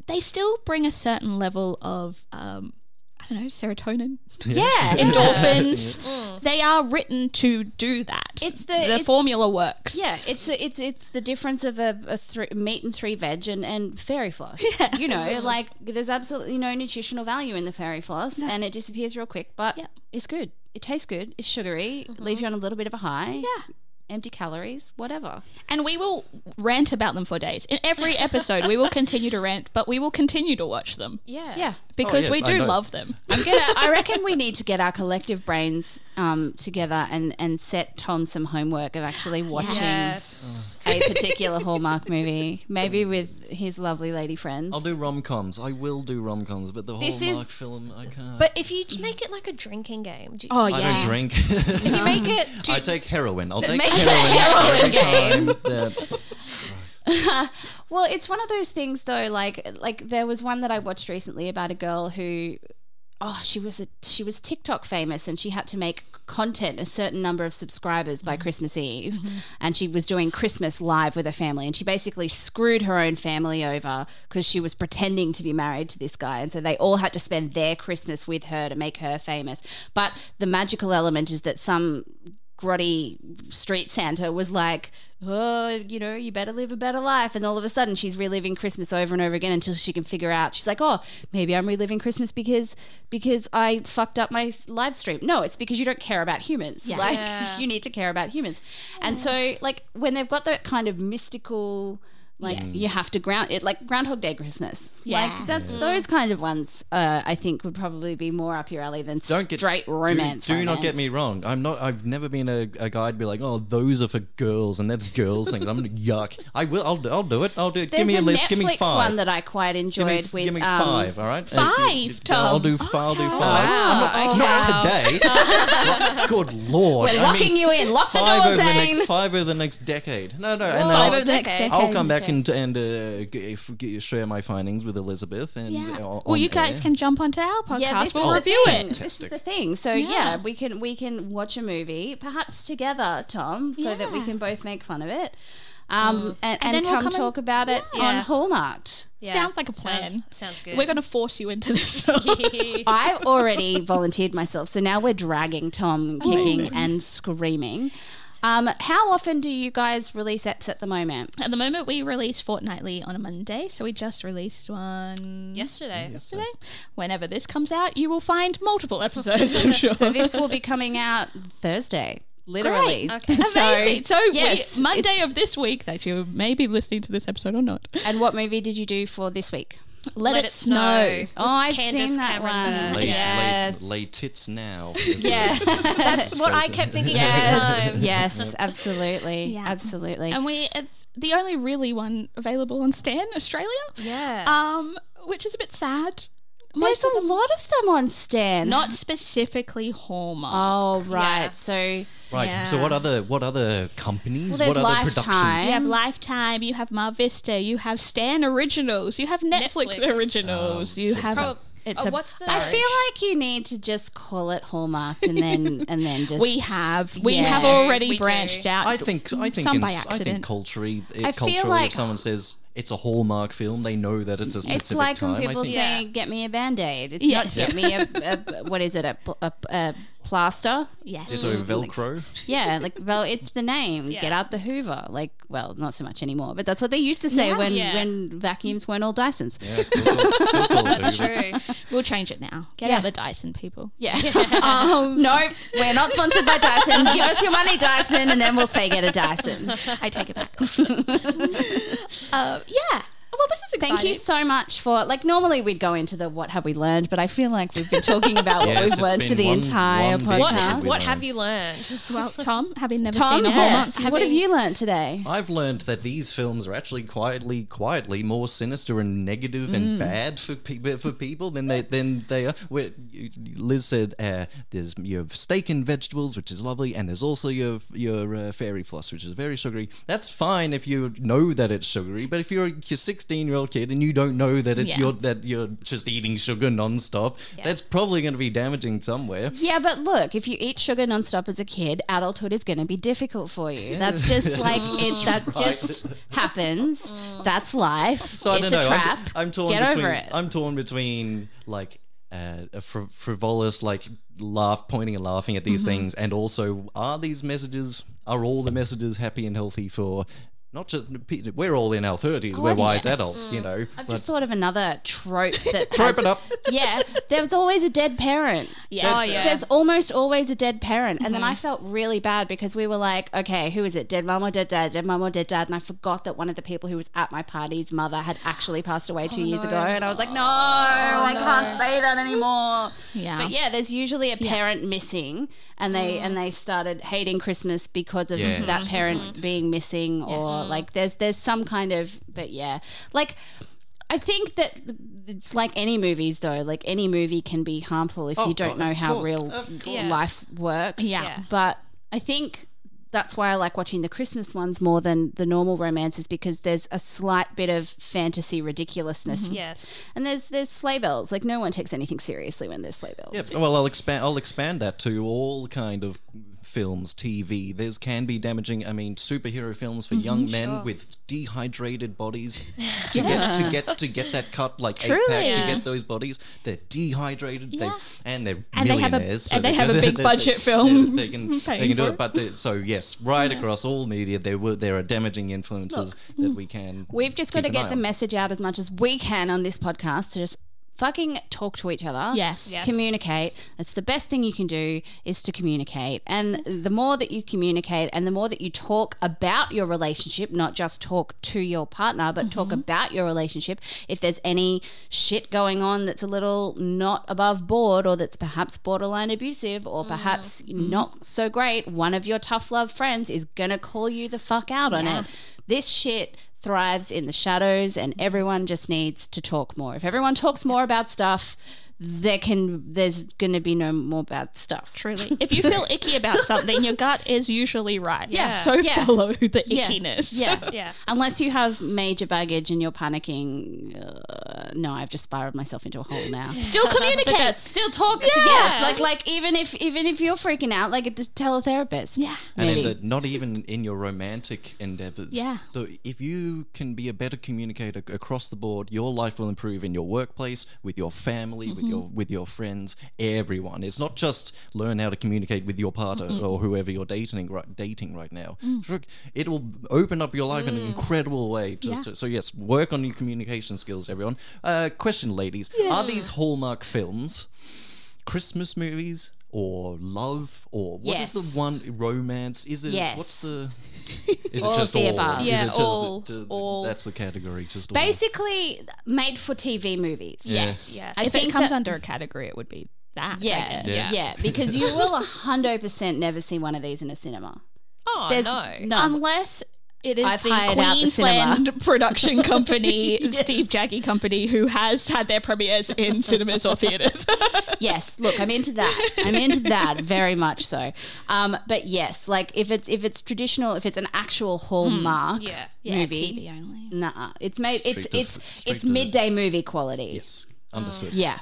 they still bring a certain level of um, I don't know (laughs) serotonin, yeah. endorphins. They are written to do that. Mm. It's the- the it's- formula works. Yeah, it's a, it's it's the difference of a, a three, meat and three veg and, and fairy floss. You know, like there's absolutely no nutritional value in the fairy floss, and it disappears real quick. But Yeah. it's good. It tastes good. It's sugary. Leaves you on a little bit of a high. Yeah. Empty calories, whatever. And we will rant about them for days. In every episode, (laughs) we will continue to rant, but we will continue to watch them Yeah. Yeah. because Oh, yeah, we I do know. love them. I'm gonna. I reckon we need to get our collective brains um, together and and set Tom some homework of actually watching Yes. a particular Hallmark movie, maybe with his lovely lady friends. I'll do rom coms. I will do rom coms, but the This Hallmark is- film, I can't. But if you j- make it like a drinking game, do (laughs) you, Oh I yeah, don't drink. if you make it, (laughs) do I you, take (laughs) heroin. I'll take Make it a heroin, heroin every game. (laughs) time that- Well, it's one of those things though. Like, like there was one that I watched recently about a girl who, oh, she was a she was TikTok famous, and she had to make content a certain number of subscribers by Christmas Eve, and she was doing Christmas live with her family, and she basically screwed her own family over because she was pretending to be married to this guy, and so they all had to spend their Christmas with her to make her famous. But the magical element is that some grotty street Santa was like, oh, you know, you better live a better life. And all of a sudden, she's reliving Christmas over and over again until she can figure out. She's like, oh, maybe I'm reliving Christmas because because I fucked up my s- live stream. No, it's because you don't care about humans. Like (laughs) you need to care about humans. And so, like when they've got that kind of mystical. Like you have to ground it, like Groundhog Day Christmas. Yeah. Like that's those kind of ones. Uh, I think would probably be more up your alley than don't get straight do- romance. Do, not get romance. me wrong. I'm not. I've never been a, a guy to be like, oh, those are for girls, and that's girls things. I'm (laughs) yuck. I will. I'll. I'll do it. I'll do it. There's give me a a, list. Netflix give me five. one that I quite give me, enjoyed with. give me um, Oh, five. All right. Five, I'll Tom. do five. I'll do five. Wow. I'm not, (laughs) not today. Good lord. We're I locking mean, you in. Lock the five door, over the Zane. next five over the next decade. No, no, and then Five I'll, over the next decade. I'll come back and and uh, g- f- g- share my findings with Elizabeth. And Yeah. uh, Well, on you guys air. can jump onto our podcast. Yeah, this we'll is review the thing. it. This is Fantastic. the thing. So yeah. we can we can watch a movie perhaps together, Tom, so that we can both make fun of it, Mm. um, and, and, then we'll come come and- talk about it on Yeah. Hallmarked. Yeah. Sounds like a Sounds- plan. Sounds, good. We're going to force you into this. (laughs) I already (laughs) volunteered myself, so now we're dragging Tom, Oh, kicking and screaming. Um, how often do you guys release apps at the moment? At the moment, we release fortnightly on a Monday, so we just released one yesterday. yesterday. Whenever this comes out, you will find multiple episodes, I'm sure. So this (laughs) will be coming out Thursday, literally. Okay. Amazing. So, we- yes, Monday of this week that you may be listening to this episode or not. And what movie did you do for this week? Let, It Snow. Oh, I've Candace seen that Cameron one. Bure. Lay, yes. lay, lay tits now. Yeah. That's what I (laughs) kept thinking every time. (laughs) yes, absolutely. Yeah. Absolutely. And we it's the only really one available on Stan Australia. Yes. Um, which is a bit sad. There's Most of a lot of them on Stan. not specifically Hallmark. Oh, right. Yeah. So Right. So what other what other well, companies? there's what other Oh, production? Lifetime. You have Lifetime, you have Mar Vista, you have Stan Originals, you have Netflix, Netflix. Originals, Oh, you so it's have prob- it's oh, a what's the? I feel like you need to just call it Hallmark and then and (laughs) then just we have we Yeah. have We do, already we do. branched out. I think I think some in, by I think accident. culturally, I feel culturally, like- if someone says it's a Hallmark film, they know that it's a specific It's like time. when people I think say, "Get me a band-aid." It's Yes. not get me a, a what is it a, pl- a, a plaster? yes. it's over Velcro. Yeah, like well, it's the name. Get out the Hoover. Like, well, not so much anymore, but that's what they used to say when Yeah. when vacuums weren't all Dysons. Yeah, still call, still call it That's Hoover. true. We'll change it now. Get Yeah. out the Dyson people. (laughs) Yeah. (laughs) um, no, we're not sponsored by Dyson. Give us your money, Dyson, (laughs) and then we'll say get a Dyson. I take it back. uh, yeah. Well, well, this is exciting. Thank you so much for like. Normally we'd go into the what have we learned, but I feel like we've been talking about Yes, what it's we've learned for been the one- entire one big What, podcast. We what learned. have you learned? (laughs) Well, Tom, having never Tom, seen it, yes. having- what have you learned today? I've learned that these films are actually quietly, quietly more sinister and negative and bad for people for people than they than they are. Where you- Liz said, uh, "There's your steak and vegetables, which is lovely, and there's also your your uh, fairy floss, which is very sugary. That's fine if you know that it's sugary, but if you're your 16 year old kid and you don't know that it's Yeah. your that you're just eating sugar nonstop, that's probably going to be damaging somewhere. Yeah, but look, if you eat sugar nonstop as a kid, adulthood is going to be difficult for you. That's just (laughs) like it. That Right. just happens. That's life. So it's I don't a know. I'm- trap. I'm, torn Get between. over it. I'm torn between like uh, a fr- frivolous like laugh, pointing and laughing at these Mm-hmm. things, and also are these messages are all the messages happy and healthy for not just pe- we're all in our thirties, we're I've- wise yes. Mm. adults, you know. I've but- just thought of another trope (laughs) that Trope has- it up. Yeah, there's always a dead parent. Yeah. Oh, yeah. Mm-hmm. There's almost always a dead parent, and then I felt really bad because we were like, okay, who is it? Dead mum or dead dad? Dead mum or dead dad? And I forgot that one of the people who was at my party's mother had actually passed away Oh, two years ago, and I was like, no, I can't say that anymore. Yeah. But yeah, there's usually a parent missing, and they and they started hating Christmas because of Yeah. that parent being missing, or like there's there's some kind of but yeah, like. I think that th- it's like any movies, though. Like any movie can be harmful if Oh, you don't God, know of how course, real of course. life works. Yeah. Yeah. But I think that's why I like watching the Christmas ones more than the normal romances because there's a slight bit of fantasy ridiculousness. Mm-hmm. Yes. And there's there's sleigh bells. Like no one takes anything seriously when there's sleigh bells. Yeah, well, I'll expand. I'll expand that to all kind of films, TV. There's can be damaging. I mean, superhero films Mm-hmm, for young men with dehydrated (laughs) bodies to get to get to get that cut like eight pack to get those bodies. They're dehydrated. They, and they're And they have a- millionaires. and (laughs) they have a big budget film They, can they (laughs) paying can do for it. it. But they- so yes, right across all media, there were there are damaging influences Hmm. that we can. We've just got keep to an get eye the on. message out as much as we can on this podcast to just fucking talk to each other. Yes. Yes. Communicate. That's the best thing you can do is to communicate. And the more that you communicate and the more that you talk about your relationship, not just talk to your partner, but talk about your relationship, if there's any shit going on that's a little not above board or that's perhaps borderline abusive or perhaps not so great, one of your tough love friends is going to call you the fuck out on it. This shit thrives in the shadows and everyone just needs to talk more. If everyone talks more about stuff, there can there's going to be no more bad stuff. Truly. If you feel (laughs) icky about something, your gut is usually right. Yeah. So Yeah. follow the Yeah. ickiness. (laughs) Yeah. Yeah. Unless you have major baggage and you're panicking. Uh, no, I've just spiraled myself into a hole now. (laughs) Still But communicate. that's still talk together. Like like even if even if you're freaking out, like just tell a therapist. Yeah. and in Maybe. the, not even in your romantic endeavors. Yeah. Though if you can be a better communicator across the board, your life will improve in your workplace, with your family, with your with your friends, everyone. It's not just learn how to communicate with your partner or whoever you're dating right dating right now. It will open up your life in an incredible way. Just to- so yes, work on your communication skills, everyone. Uh, question, ladies: Are these Hallmark films? Christmas movies or love or what is Yes. the one romance? Is it Yes. what's (laughs) the is All it just of the all? above. Is Yeah, it just, all, ju- all. That's the category. Just all. Basically made for TV movies. Yes. Yes. I if think it comes that- under (laughs) a category, it would be that. I Yeah, guess. yeah, Yeah. because you will a hundred percent never see one of these in a cinema. Oh There's no. Unless it is I've the hired out the (laughs) Queensland (laughs) production company, Steve Jaggy company, who has had their premieres in cinemas (laughs) or theatres. yes, look, I'm into that. I'm into that very much so. Um, but yes, like if it's if it's traditional, if it's an actual Hallmark Hmm, Yeah. movie, TV only. nah, it's made it's Straight to- it's straight it's to- midday movie quality. Yes. Understood. Yeah.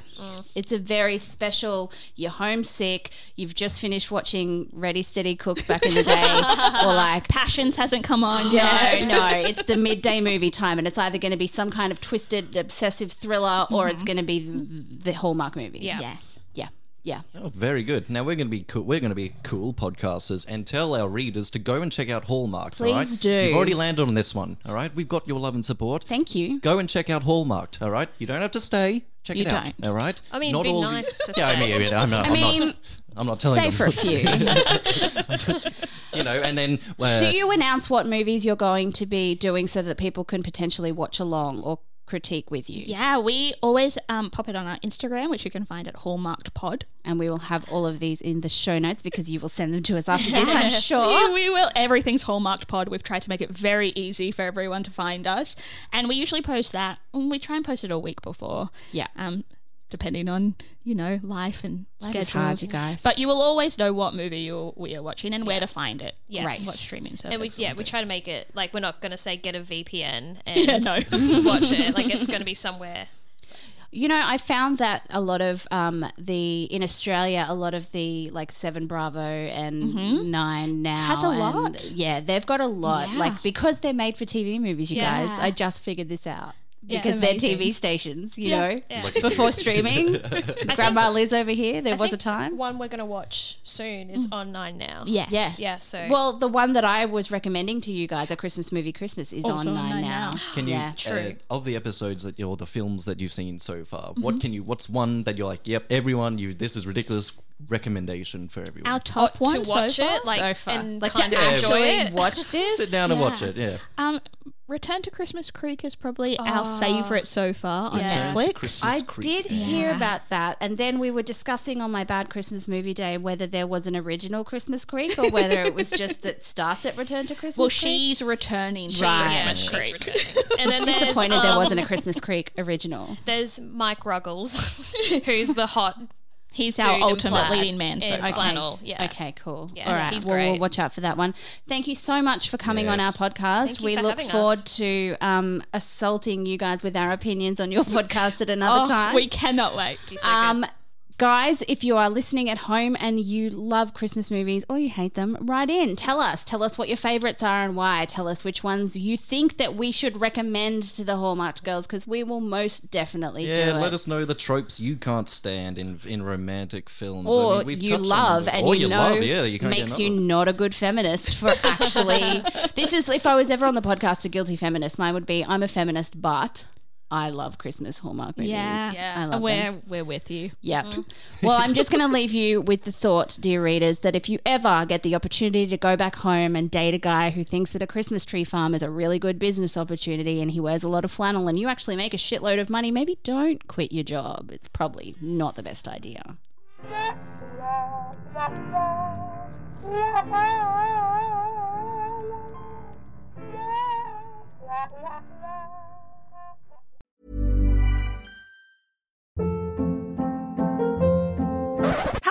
It's a very special. You're homesick. You've just finished watching Ready, Steady, Cook back in the (laughs) day. or like, Passions hasn't come (laughs) on no, yet. no, it's the midday movie time, and it's either going to be some kind of twisted, obsessive thriller, or it's going to be th- the Hallmark movie. Mm-hmm. Yeah. Yes. yeah, yeah. Oh, very good. Now we're going to be cool. We're going to be cool podcasters and tell our readers to go and check out Hallmarked. all right? Please do. You've already landed on this one. All right. We've got your love and support. Thank you. Go and check out Hallmarked. All right. You don't have to stay. Check it out. don't. All right. I mean, be nice to yeah, I stay. mean, I'm not. I mean, I'm mean, not, I'm not telling Stay them (laughs) for a few. you know, and then uh, Do you announce what movies you're going to be doing so that people can potentially watch along or critique with you. (laughs) Yeah, we always um, pop it on our Instagram, which you can find at Hallmarked Pod. And we will have all of these in the show notes because you will send them to us (laughs) after this, I'm sure. We, we will. Everything's Hallmarked Pod. We've tried to make it very easy for everyone to find us, and we usually post that. mm, We try and post it a week before. Yeah. Um, depending on you know life and Life schedules. is hard, you guys. But you will always know what movie you we are watching and where to find it. Yes. Right. What streaming service? And we, yeah, we try to make it like we're not going to say get (laughs) a VPN and Yeah, no. (laughs) watch it. Like it's going to be somewhere. You know, I found that a lot of um, the in Australia, a lot of the like Seven Bravo and Nine now Mm-hmm. Has a and- lot. Yeah, they've got a lot. Yeah. Like because they're made for TV movies, you guys. Yeah. I just figured this out Yeah. because they're Amazing. TV stations. You know, Lucky before you. streaming, Grandma Liz over here. There (laughs) I was a think time. One we're going to watch soon is on Nine now. Yes. Yeah. Yeah. So Well, the one that I was recommending to you guys, a Christmas movie, Christmas, Oh, is on Nine, now. Can you Yeah. True. uh, of the episodes that you or the films that you've seen so far? What can you? What's one that you're like? Yep, everyone, you. This is ridiculous recommendation for everyone. Our top to one watch so far? it, like, so far, and like kind to of actually enjoy it. (laughs) watch this. Sit down and watch Yeah. it. Yeah. Um, Return to Christmas Creek is probably our favorite so far on Yeah. Turn to Netflix. Christmas I Creek. did hear about that, and then we were discussing on my bad Christmas movie day whether there was an original Christmas Creek or whether it was just that (laughs) starts at Return to Christmas. Well, Creek. she's returning. Right. Yeah, Christmas she's returning. And then (laughs) there's, disappointed um, there wasn't a Christmas Creek (laughs) original. There's Mike Ruggles, (laughs) who's the hot (laughs) He's dude our in ultimate plaid leading man so in far. flannel. Yeah. Okay, cool. Yeah, All right, he's well, we'll great. watch out for that one. Thank you so much for coming on our Yes. podcast. Thank you we for look having forward us. to um, assaulting you guys with our opinions on your (laughs) podcast at another Oh, time. we cannot wait. Um, guys, if you are listening at home and you love Christmas movies or you hate them, write in. Tell us. Tell us what your favorites are and why. Tell us which ones you think that we should recommend to the Hallmarked girls because we will most definitely Yeah, do it. let us know the tropes you can't stand in in romantic films, or I mean, we've you touched on love them. and Or you, know love, yeah, you can't get makes you enough of. not a good feminist (laughs) for actually this is if I was ever on the podcast a guilty feminist mine would be I'm a feminist but I love Christmas Hallmark movies Yeah, I love them. we're we're with you. Yep. Mm. Well, I'm just going to leave you with the thought, dear readers, that if you ever get the opportunity to go back home and date a guy who thinks that a Christmas tree farm is a really good business opportunity and he wears a lot of flannel and you actually make a shitload of money, maybe don't quit your job. It's probably not the best idea.